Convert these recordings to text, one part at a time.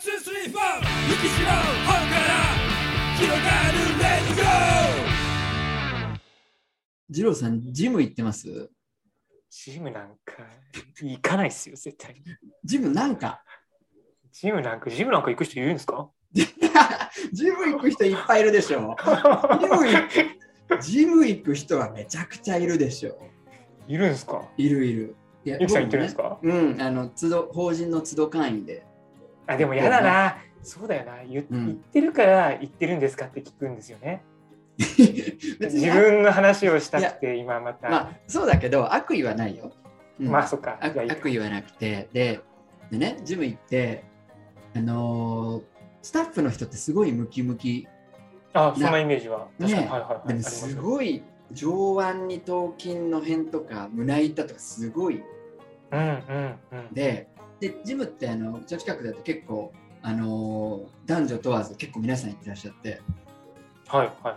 ツースリーフォー雪島の方から広がるレディゴー二郎さん、ジム行ってますジムなんか行かないっすよ、絶対に。ジムなんか、 ジムなんか、ジムなんか行く人いるんですかジム行く人いっぱいいるでしょ。ジム行くジム行く人はめちゃくちゃいるでしょ。いるんですかいるいる。いやゆきさん行ってるんですかか、うん、あの、都度法人の都度会員で。あ、でもやだな。そうだよな。言うん言ってるから行ってるんですかって聞くんですよね。 別自に分の話をしたくて、今また。まあ、そうだけど、悪意はないよ。うんまあ、そっか。悪じゃあいい悪意はなくてででねジム行ってあのースタッフの人ってすごいムキムキあ、そんなイメージは。確かに。ねはいはいはでい。ありもますすごい上腕二頭筋の辺とか胸板とかすごいうんうんうん。ででジムってあのうちの近くだと結構あのー男女問わず結構皆さん行ってらっしゃってはいはい。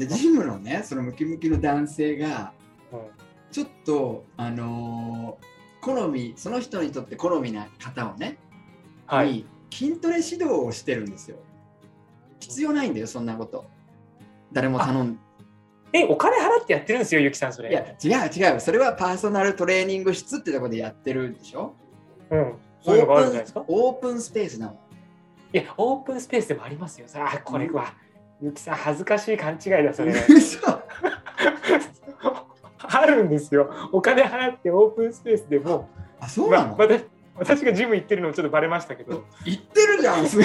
でジムのねそのムキムキの男性がうんちょっとあのー好みその人にとって好みな方をねはい。に筋トレ指導をしてるんですよ。必要ないんだよ、そんなこと。誰も頼んえ、お金払ってやってるんですよ、ゆきさん、それ。いや、違う違う。それはパーソナルトレーニング室ってとこでやってるんでしょうん。オそういうーのがあるんじゃなプいですかンオープンスペースなの。いや、オープンスペースでもありますよ。それあ、これは。ゆきさん、恥ずかしい勘違いだ、それ。嘘 あるんですよ。お金払ってオープンスペースでも、あ、そうなまの、私私がジム行ってるのちょっとバレましたけど。言ってるじゃん、それ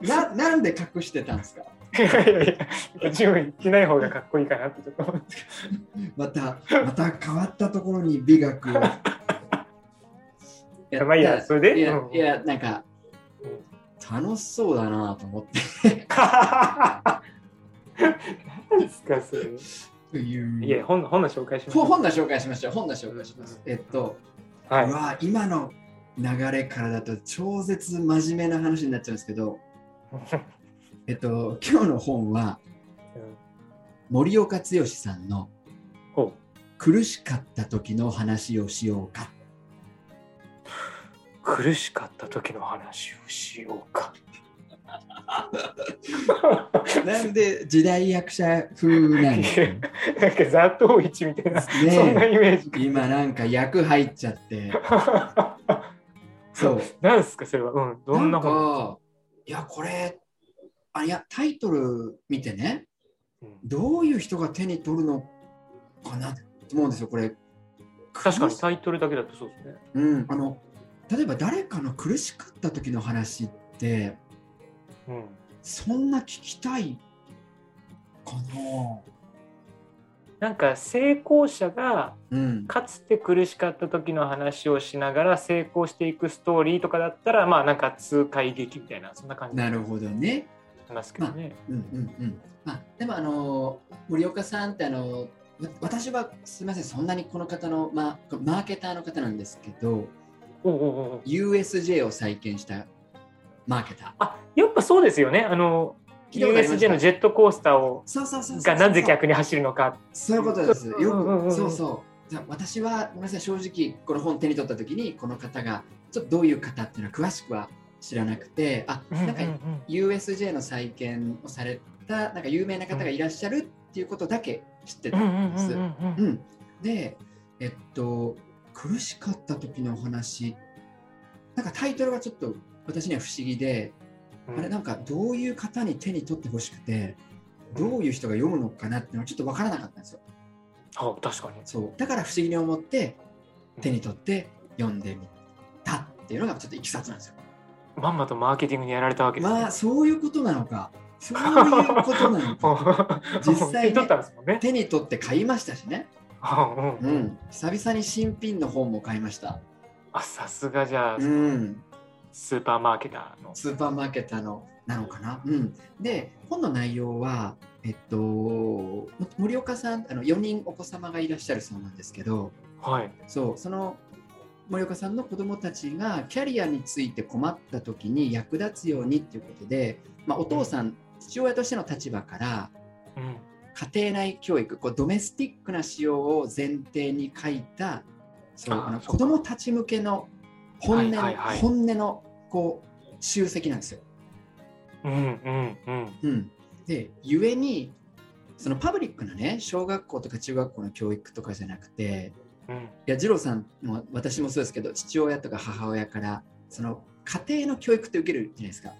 ななんで隠してたんですか いやいやいや、ジム行ってない方がかっこいいかなってちょっと 思って。また、また変わったところに美学を。 やまあいいやそれでいやうんいや、なんかうん、楽しそうだなと思って。何ですか、それ。といういや、本本の紹介します。ほ本の紹介しましょう。本の紹介します。えっと、はうい。わ今の流れからだと超絶真面目な話になっちゃうんですけ ど、えっと、今日の本はうん森岡剛さんのほ苦しかった時の話をしよう か。う苦しかった時の話をしようか。 なんで時代役者風なんですよねなんかザトウイチみたいな、 そんなイメージ。今なんか役入っちゃって、そう。なんですか それは、うん、どんなか本いや、これ、あ、いや、タイトル見てね、うんどういう人が手に取るのかなと思うんですよ、これ。確かに苦しタイトルだけだとそうですね。うん、あの例えば誰かの苦しかった時の話って、うん、そんな聞きたいかな。なんか成功者がうん、かつて苦しかった時の話をしながら成功していくストーリーとかだったらまあなんか痛快劇みたいなそんな感じなるほどね。しますけどね。うんうんうん。まあ、でもあの森岡さんってあのわ私はすみませんそんなにこの方のまあマーケターの方なんですけど、おうおうおう USJ を再建したマーケター。あやっぱそうですよねあの聞いたことあります USJ のジェットコースターをそうそうそうそうそうがなぜ逆に走るのかそういうことです。ようんうんうんく、うんそうそう。じゃあ私は、ごめんなさい、正直、この本手に取った時に、この方が、ちょっとどういう方っていうのは詳しくは知らなくて、あ、なんかうんうんうん USJ の再建をされた、なんか有名な方がいらっしゃるっていうことだけ知ってたんです。うんうんうんうんううんん。で、えっと、苦しかった時のお話、なんかタイトルがちょっと私には不思議で、あれなんかどういう方に手に取ってほしくて、どういう人が読むのかなっていうのはちょっと分からなかったんですよ。あ確かにそうだから不思議に思って手に取って読んでみたっていうのがちょっといきさつなんですよ。まんまとマーケティングにやられたわけです、ねまあそういうことなのかそう いうことなのか 実際ねに取ったんですもんね。手に取って買いましたしね、うんううんん、久々に新品の本も買いました、あさすがじゃあ、うん、スーパーマーケターの。スーパーマーケットのなのかな、うん、で本の内容はえっと森岡さんあの4人お子様がいらっしゃるそうなんですけど、はい。そうその森岡さんの子供たちがキャリアについて困った時に役立つようにっていうことで、まあ、お父さん、父親としての立場からうん。家庭内教育こうドメスティックな使用を前提に書いたそうあーあのそうか子供たち向けの本音の、はいはいはい本音のこう集積なんですよ。うんうんうんうん、で故にそのパブリックなね小学校とか中学校の教育とかじゃなくてうんいや二郎さんも私もそうですけど父親とか母親からその家庭の教育って受けるじゃないですか。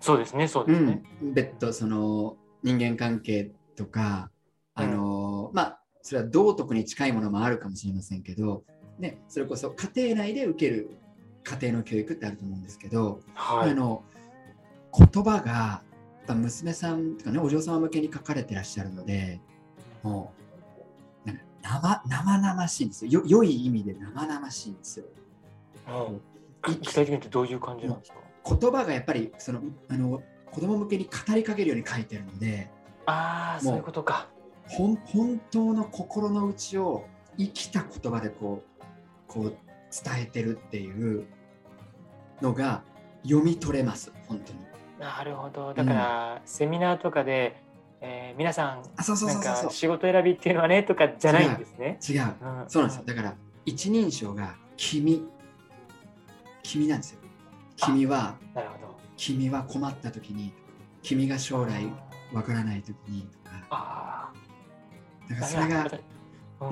そうですねそうですね、うん、別途その人間関係とかあの、まあそれは道徳に近いものもあるかもしれませんけど、ね、それこそ家庭内で受ける家庭の教育ってあると思うんですけど、はあいの言葉がやっぱ娘さんとかねお嬢様向けに書かれてらっしゃるのでもうなんか生生々しいんですよよ良い意味で生々しいんですようん具体的に言うとどういう感じなんですか、言葉がやっぱりそのあの子供向けに語りかけるように書いてるのでああそういうことかほん本当の心の内を生きた言葉でこうこう伝えてるっていうのが読み取れます本当になるほどだから、セミナーとかで、えー皆さんあそうそうなそんうそうか仕事選びっていうのはねとかじゃないんですね。違ううんそうなんですよ。だから、一人称が君。君なんですよ。君は、なるほど。君は困った時に、君が将来わからない時にとか、あだかあ、らそれが、うん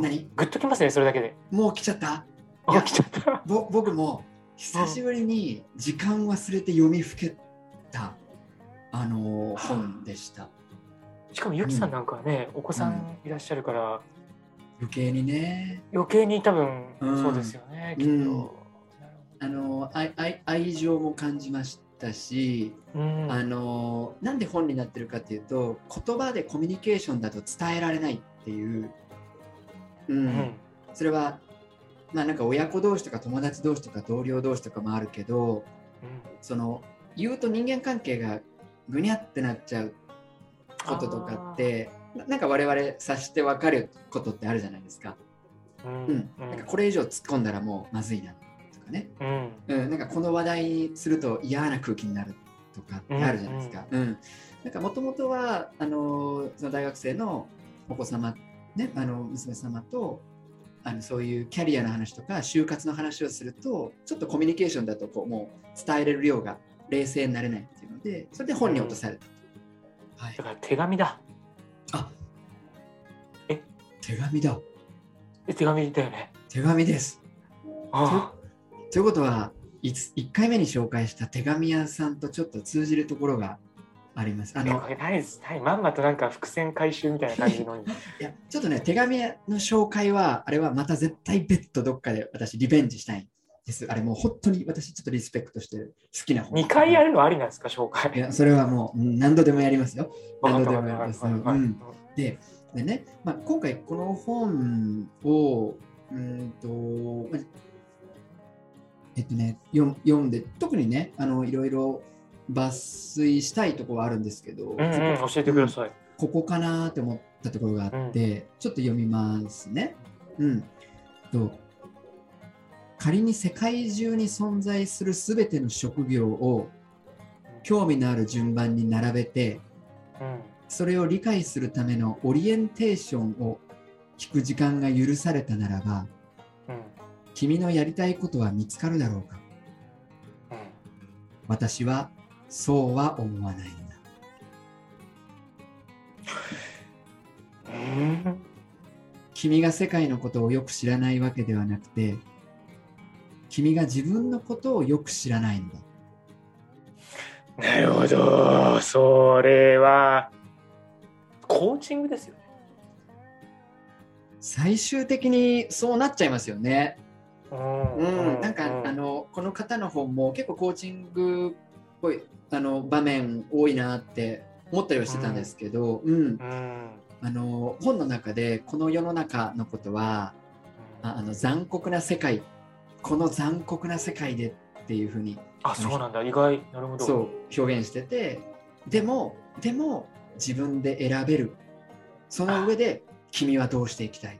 何グッときますね、それだけで。もう来ちゃったいあ、や来ちゃった。ぼ僕も、久しぶりに時間忘れて読みふけた、あのー本でした。しかも、ゆきさんなんかはね、お子さんいらっしゃるから、余計にね、余計に多分、うんそうですよね、きっと。うんなるほあのー愛愛愛情も感じましたし、どうんあのなんで本になってるかっていうと言葉でコミュニケーションだと伝えられないっていう、うんうんそれはまあなんか親子同士とか友達同士とか同僚同士とかもあるけどうんその言うと人間関係がぐにゃってなっちゃうこととかってななんか我々察して分かることってあるじゃないですか,、うんうん、なんかこれ以上突っ込んだらもうまずいなとかねうんうん、なんかこの話題にすると嫌な空気になるとかってあるじゃないですか。うんなんかもともとはあのーその大学生のお子様、ね、あの娘様とあのそういうキャリアの話とか就活の話をするとちょっとコミュニケーションだとこうもう伝えれる量が冷静になれないっていうのでそれで本に落とされたと、はいだ、から手紙だ。手紙だえ手紙だよね。手紙ですあということは 1, 回目に紹介した手紙屋さんとちょっと通じるところがありますああ。のこれないです。ないまんまとなんか伏線回収みたいな 感じのに。いや、ちょっとね、手紙の紹介は、あれはまた絶対別途どっかで私、リベンジしたいんです。あれもう本当に私、ちょっとリスペクトしてる好きな本。 2回やるるのありなんですか、紹介。いや、それはもううん何度でもやりますよ。わか何度ったでわもやりかまっす。たうはいはいんでね、まあ、今回この本を、うーんと、まあえっとね、読読んで、特にね、あのいろいろ抜粋したいところはあるんですけど、うんうん、教えてください。ここかなと思ったところがあって、ちょっと読みますね。うん、と仮に世界中に存在するすべての職業を興味のある順番に並べてうんそれを理解するためのオリエンテーションを聞く時間が許されたならばうん君のやりたいことは見つかるだろうかうん私はそうは思わないんだ。うん君が世界のことをよく知らないわけではなくて君が自分のことをよく知らないんだなるほどそれはコーチングですよね最終的にそうなっちゃいますよね。ううん、なんか、うあのこの方の本も結構コーチングっぽいあの場面多いなって思ったりはしてたんですけど、うんうんあの本の中でこの世の中のことはああの残酷な世界この残酷な世界でっていうふうにあそうなんだ意外なるほどそう表現しててでもでも自分で選べるその上で君はどうしていきたい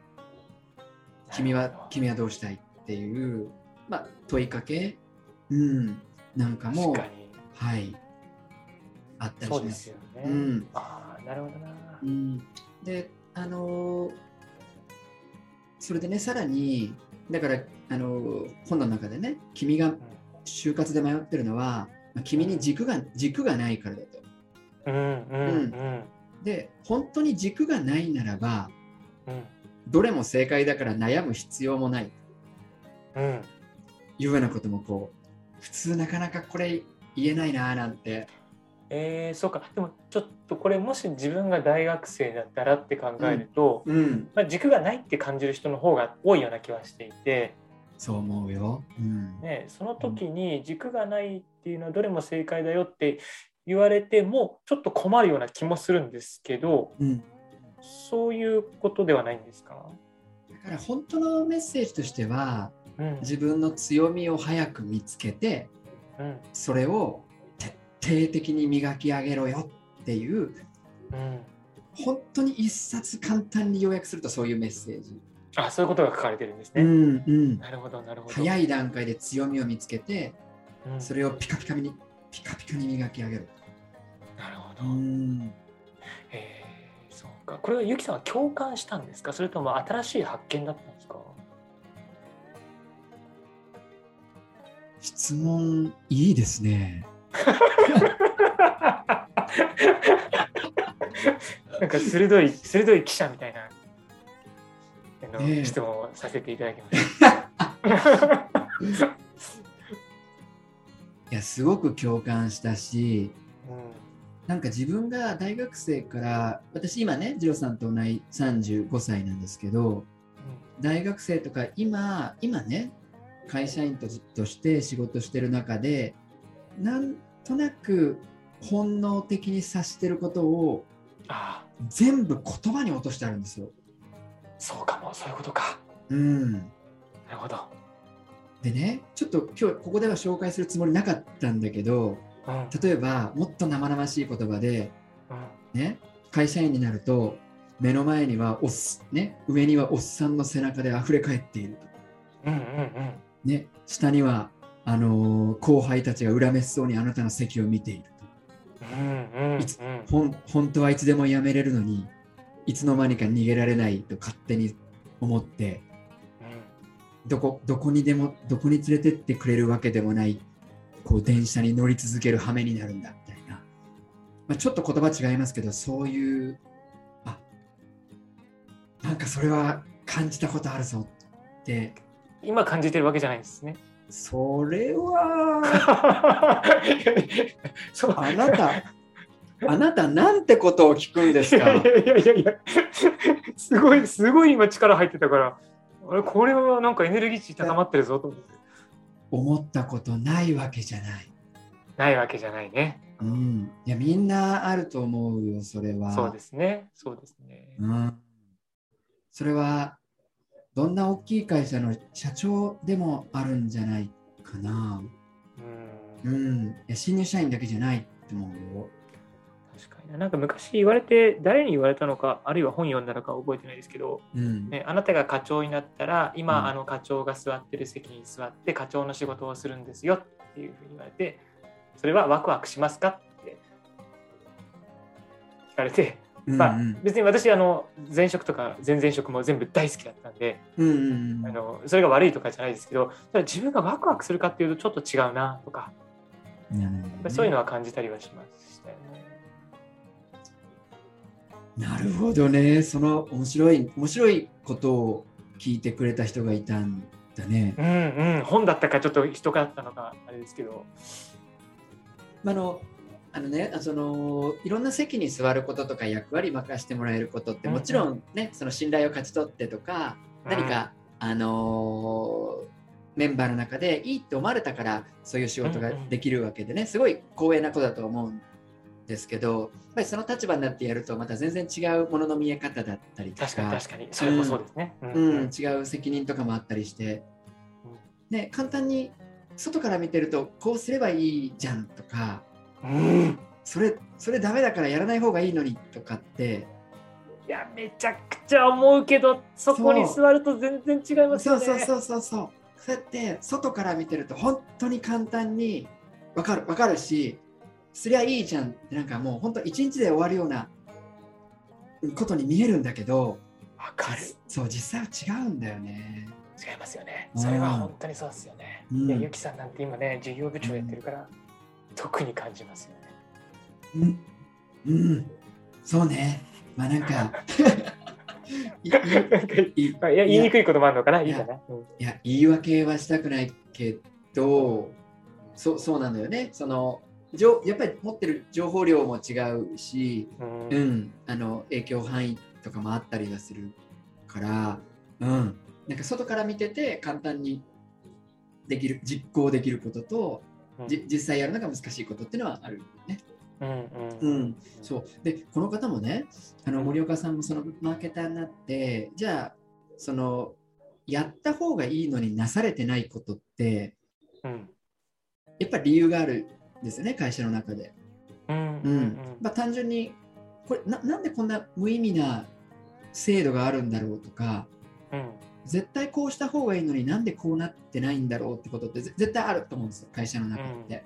君は君はどうしたいっていう、まあ、問いかけ、うん、なんかも確かにはいあったりしますそうですよね、うんああなるほどな、うん、であのーそれでねさらにだからあのー本の中でね君がう就活で迷ってるのは、まあ君に軸が軸がないからだと。うんうんで本当に軸がないならばうんどれも正解だから悩む必要もないうんいうようなこともこう普通なかなかこれ言えないなーなんてえー、そうかでもちょっとこれもし自分が大学生だったらって考えると、うんまあ、軸がないって感じる人の方が多いような気はしていて、そう思うよ。うんね、その時に軸がないっていうのはどれも正解だよって言われてもちょっと困るような気もするんですけどうん、そういうことではないんですか、だから本当のメッセージとしてはうん自分の強みを早く見つけてうんそれを徹底的に磨き上げろよっていううん、本当に一冊簡単に要約するとそういうメッセージ。あそういうことが書かれてるんですね。うんうん、なるほどなるほど。早い段階で強みを見つけてうんそれをピカピカにピカピカに磨き上げる。なるほど。うんえーそうか。これはゆきさんは共感したんですか。それとも新しい発見だったんですか。質問いいですね。 なんか鋭い鋭い記者みたいな。あねえの質問をさせていただきました。いやすごく共感したしうなんか自分が大学生から私今ねジロさんと同い35歳なんですけど大学生とか今今ね会社員ととして仕事してる中でなんとなく本能的に察してることをん、ああ、全部言葉に落としてあるんですよ。そうかも、そういうことか。うん、なるほど。でねちょっと今日ここでは紹介するつもりなかったんだけどうん、うん、例えばもっと生々しい言葉でね、会社員になると目の前にはおっす、ね、上にはおっさんの背中で溢れ返っていると、うん、うん、ね、下にはあのー後輩たちが恨めしそうにあなたの席を見ているうん、うん、うん、いつとほん本当はいつでも辞めれるのにいつの間にか逃げられないと勝手に思ってどこどこにでもどこに連れてってくれるわけでもないこう電車に乗り続ける羽目になるんだみたいな、まあ、ちょっと言葉違いますけどそういうあなんかそれは感じたことあるぞって今感じてるわけじゃないんですね。それはそうあな たあなたなんてことを聞くんですいやかいやいやいやいや、すごい、すごい今力入ってたから、あれ、これはなんかエネルギー値高まってるぞと思って。思ったことないわけじゃない。ないわけじゃないね。うん、いやみんなあると思うよそれは。そうですね。そうですね。うん、それはどんな大きい会社の社長でもあるんじゃないかな。う。うんん、いや新入社員だけじゃないと思うよ。確かにな。なんか昔言われて、誰に言われたのか、あるいは本読んだのか覚えてないですけど、うん、ね、あなたが課長になったら、今、うんあの課長が座ってる席に座って、課長の仕事をするんですよっていうふうに言われて、それはワクワクしますかって聞かれて、うん、まあ、別に私あの前職とか前々職も全部大好きだったんで、うん、うん、あうん、のそれが悪いとかじゃないですけどただ自分がワクワクするかっていうとちょっと違うなとかやっぱりそういうのは感じたりはしましたよね。なるほどね。その面白い面白いことを聞いてくれた人がいたんだね。うんうん本だったかちょっと人だったのかあれですけど。あのあのね、そのいろんな席に座ることとか役割任せてもらえることってもちろんね、その信頼を勝ち取ってとか、何か、あのーメンバーの中でいいって思われたからそういう仕事ができるわけでね、すごい光栄なことだと思うんですけどやっぱりその立場になってやるとまた全然違うものの見え方だったりうんとか確かに確かにそれもそうですね。うんううんん、違う責任とかもあったりしてうん、ね、簡単に外から見てるとこうすればいいじゃんとかうんそれそれダメだからやらない方がいいのにとかっていやめちゃくちゃ思うけどそこに座ると全然違いますそようね。そうそうそうそう。そうやって外から見てると本当に簡単にわかるわかるし、すりゃいいじゃんってなんかもう本当一日で終わるようなことに見えるんだけど、わかる。実そう実際は違うんだよね。違いますよね。うんそれは本当にそうですよね。うんいや、ゆきさんなんて今ね、事業部長やってるから、特に感じますよね。うん、うん、そうね。まあなん かいいなんかいいまあいや、言いにくいこともあるのかな、いいいやかな。うんいや言い訳はしたくないけどそうそうなのよねその情やっぱり持ってる情報量も違うし、うんうん、あの影響範囲とかもあったりはするから、うん、なんか外から見てて簡単にできる実行できることと、うんじ実際やるのが難しいことっていうのはあるよね。うんううんん、そうでこの方もねあの森岡さんもそのマーケターになってじゃあそのやった方がいいのになされてないことってうんやっぱり理由があるんですよね会社の中で。うんううんんまあ、単純にこれななんでこんな無意味な制度があるんだろうとかうん絶対こうした方がいいのになんでこうなってないんだろうってことってぜ絶対あると思うんですよ会社の中って。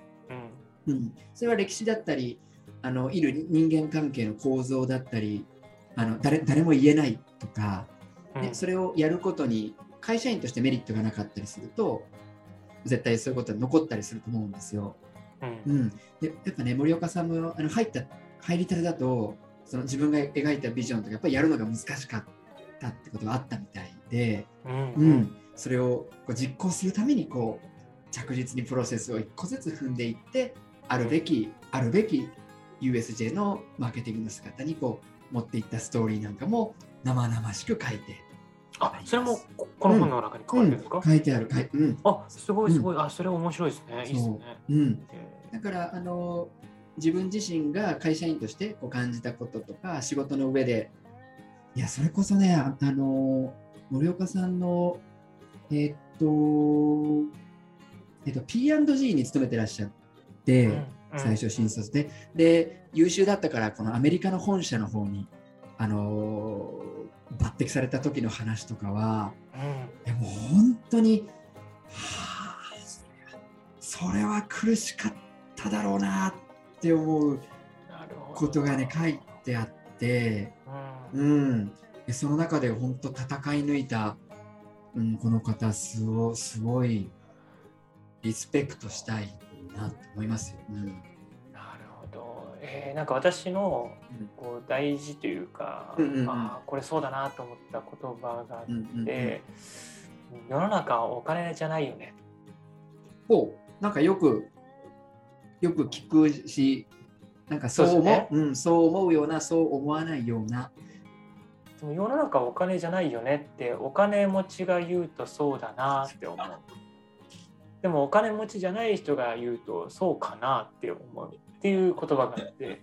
ううんん、それは歴史だったりあのいる人間関係の構造だったりあの誰誰も言えないとか、うんね、それをやることに会社員としてメリットがなかったりすると絶対そういうことに残ったりすると思うんですよ。うんうん、でやっぱね森岡さんもあの入った入りたてだとその自分が描いたビジョンとかやっぱりやるのが難しかったってことがあったみたいで、うんううんん、それをこう実行するためにこう着実にプロセスを一個ずつ踏んでいってあるべきあるべき USJ のマーケティングの姿にこう持っていったストーリーなんかも生々しく書いてあそれもここの本の中に書かれてるんですかうん、書いてある書いうんあすごいすごいあそれ面白いですねいいですねうん、えだからあの自分自身が会社員としてこう感じたこととか仕事の上でいやそれこそねああの森岡さんのえーっと、えっと、P&G に勤めてらっしゃって、ーうん最初新卒でで優秀だったからこのアメリカの本社の方にあの抜擢された時の話とかはうんいやもう本当に、はあ、それは苦しかっただろうなって思うなるほどことがね書いてあって、うんうん、でその中で本当戦い抜いた、うん、この方すごすごいリスペクトしたいなと思いますよ。うんなるほどえーなんか私のうんこう大事というかうんうんうんあーこれそうだなと思った言葉があうんうんうっんて世の中はお金じゃないよねほうなんかよくよく聞くしなんかそう思うそうですねうん、そう思うようなそう思わないような。でも世の中はお金じゃないよねってお金持ちが言うとそうだなって思うでもお金持ちじゃない人が言うとそうかなって思うっていう言葉があって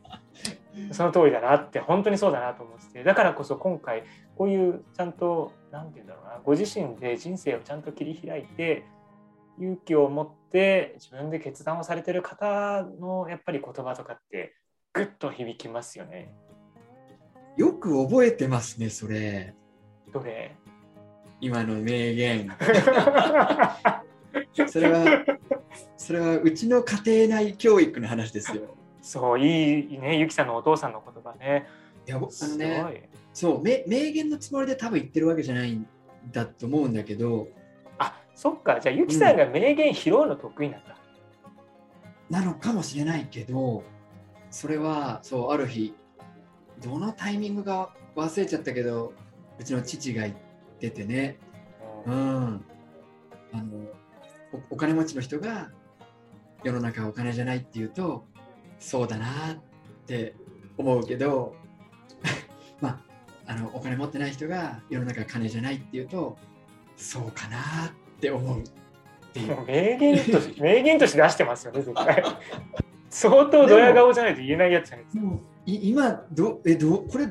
その通りだなって本当にそうだなと思っててだからこそ今回こういうちゃんと何て言うんだろうなご自身で人生をちゃんと切り開いて勇気を持って自分で決断をされてる方のやっぱり言葉とかってグッと響きますよね。よく覚えてますね、それ。どれ 今の名言。それ は、それはうちの家庭内教育の話ですよ。そういいねゆきさんのお父さんの言葉ねいや、僕あのすごい、ね、そう、め名言のつもりで多分言ってるわけじゃないんだと思うんだけど、あそっかじゃあゆきさんが名言拾うの得意なんだ、なのかもしれないけど、それは、そう、ある日、どのタイミングが忘れちゃったけど、うちの父が言っててね、ううんん、あのおお金持ちの人が世の中はお金じゃないって言うとそうだなって思うけど まああのお金持ってない人が世の中は金じゃないって言うとそうかなって思うっていうもう名言と し名言として出してますよね絶対相当ドヤ顔じゃないと言えないやつじゃないですでかもい今どえどこれ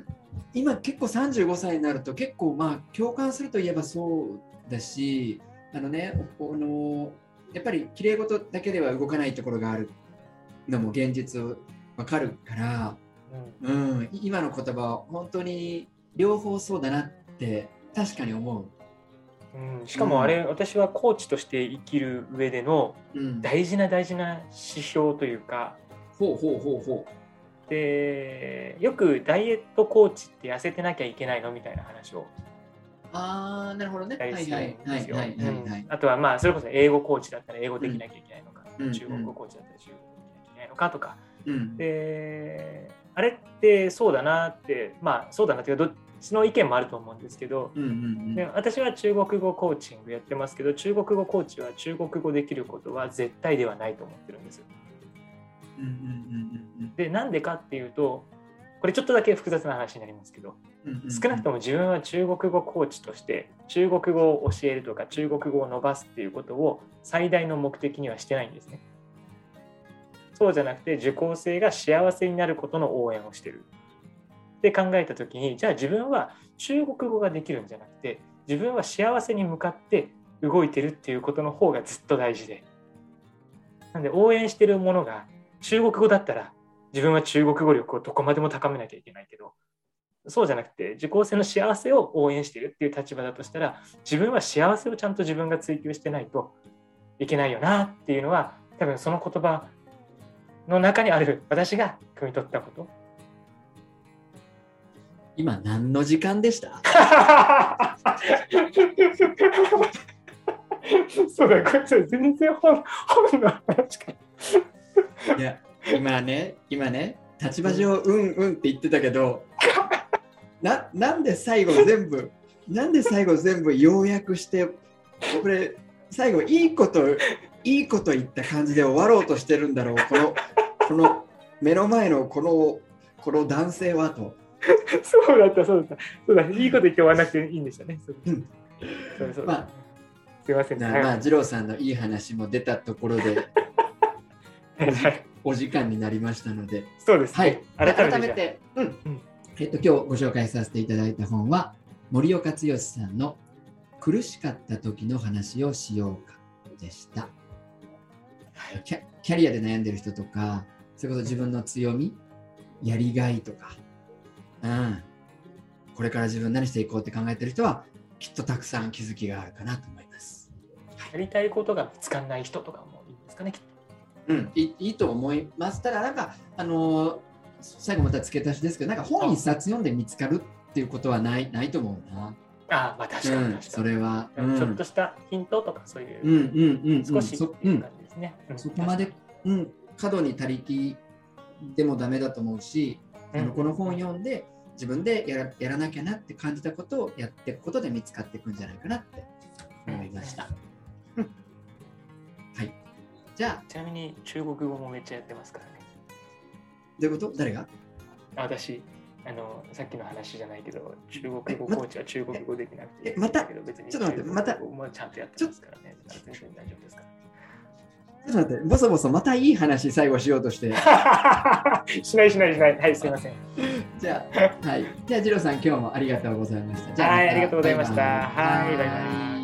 今結構35歳になると結構まあ共感するといえばそうだしあのねおあのやっぱり綺麗事だけでは動かないところがあるのも現実わかるから、うんうん、い今の言葉は本当に両方そうだなって確かに思うんしかもあれ、私はコーチとして生きる上でのう。うん、大事な大事な指標というかほうほうほうほでよくダイエットコーチって痩せてなきゃいけないのみたいな話をう。ああ、なるほどね。やはいりはすいぎはいはるんでいすよはいはいうん。あとはまあそれこそ英語コーチだったら英語できなきゃいけないのか、うん中国語コーチだったら中国語できなきゃいけないのかとか、うん。であれってそうだなってまあそうだなっていうかどっちの意見もあると思うんですけど、うんうんで私は中国語コーチングやってますけど中国語コーチは中国語できることは絶対ではないと思ってるんですよ。うんうんうんでなんでかっていうとこれちょっとだけ複雑な話になりますけどうんうん。少なくとも自分は中国語コーチとして中国語を教えるとか中国語を伸ばすっていうことを最大の目的にはしてないんですね。そうじゃなくて受講生が幸せになることの応援をしてる。って考えた時にじゃあ自分は中国語ができるんじゃなくて自分は幸せに向かって動いてるっていうことの方がずっと大事で。なんで応援してるものが中国語だったら自分は中国語力をどこまでも高めなきゃいけないけどそうじゃなくて受講生の幸せを応援してるっていう立場だとしたら自分は幸せをちゃんと自分が追求してないといけないよなっていうのは多分その言葉の中にある私が汲み取ったこと今何の時間でした そうだこいつ全然本本の話かいや、今ね、今ね、立場上、うんうんって言ってたけど、ななんで最後全部、なんで最後全部要約して、これ、最後いいこと、いいこと言った感じで終わろうとしてるんだろう、この、この目の前のこの、この男性はと。そうだったそうだったそうだいいこと言って終わらなくていいんでしたねそううんそうそう、まあすいませんなはいまあ、二郎さんのいい話も出たところで、はいお時間になりましたので、そうですはいね、、改改めめてじゃて、うんうんえっと、今日ご紹介させていただいた本は、森岡剛さんの苦しかった時の話をしようかでした。キャキャリアで悩んでる人とか、それこそ自分の強み、やりがいとか、うん、これから自分何していこうって考えてる人は、きっとたくさん気づきがあるかなと思います。あやりたいことが見つかんない人とかもいいんですかねきっとうん、いいいいと思います。ただ、なんか、あのー最後また付け足しですけど、なんか本一冊読んで見つかるっていうことはないないと思うな。ああまあ確かに確うかん、に、それは。う、うんんちょっとしたヒントとかそういうう、んうんうんうん少しってそ,、いううん感じですね、うんそこまで、うん、過度に他力でもダメだと思うし、あのこの本読んで自分でやらやらなきゃなって感じたことをやっていくことで見つかっていくんじゃないかなって思いました。うんはい、じゃあちなみに中国語もめっちゃやってますからねどういうこと誰があ私あのさっきの話じゃないけど中国語コーチは中国語できなくてえまたいいんだけど別にちょっと待ってまた中国語もちゃんとやってますからねだから全然大丈夫ですかちょっと待って、ボソボソまたいい話最後しようとして。ら しないしないしないはいすいませんじゃあ、はい。じゃあ、ジローさん、今日もありがとうございました。じゃあはいまたありがとうございましたバイバイはいバイバイ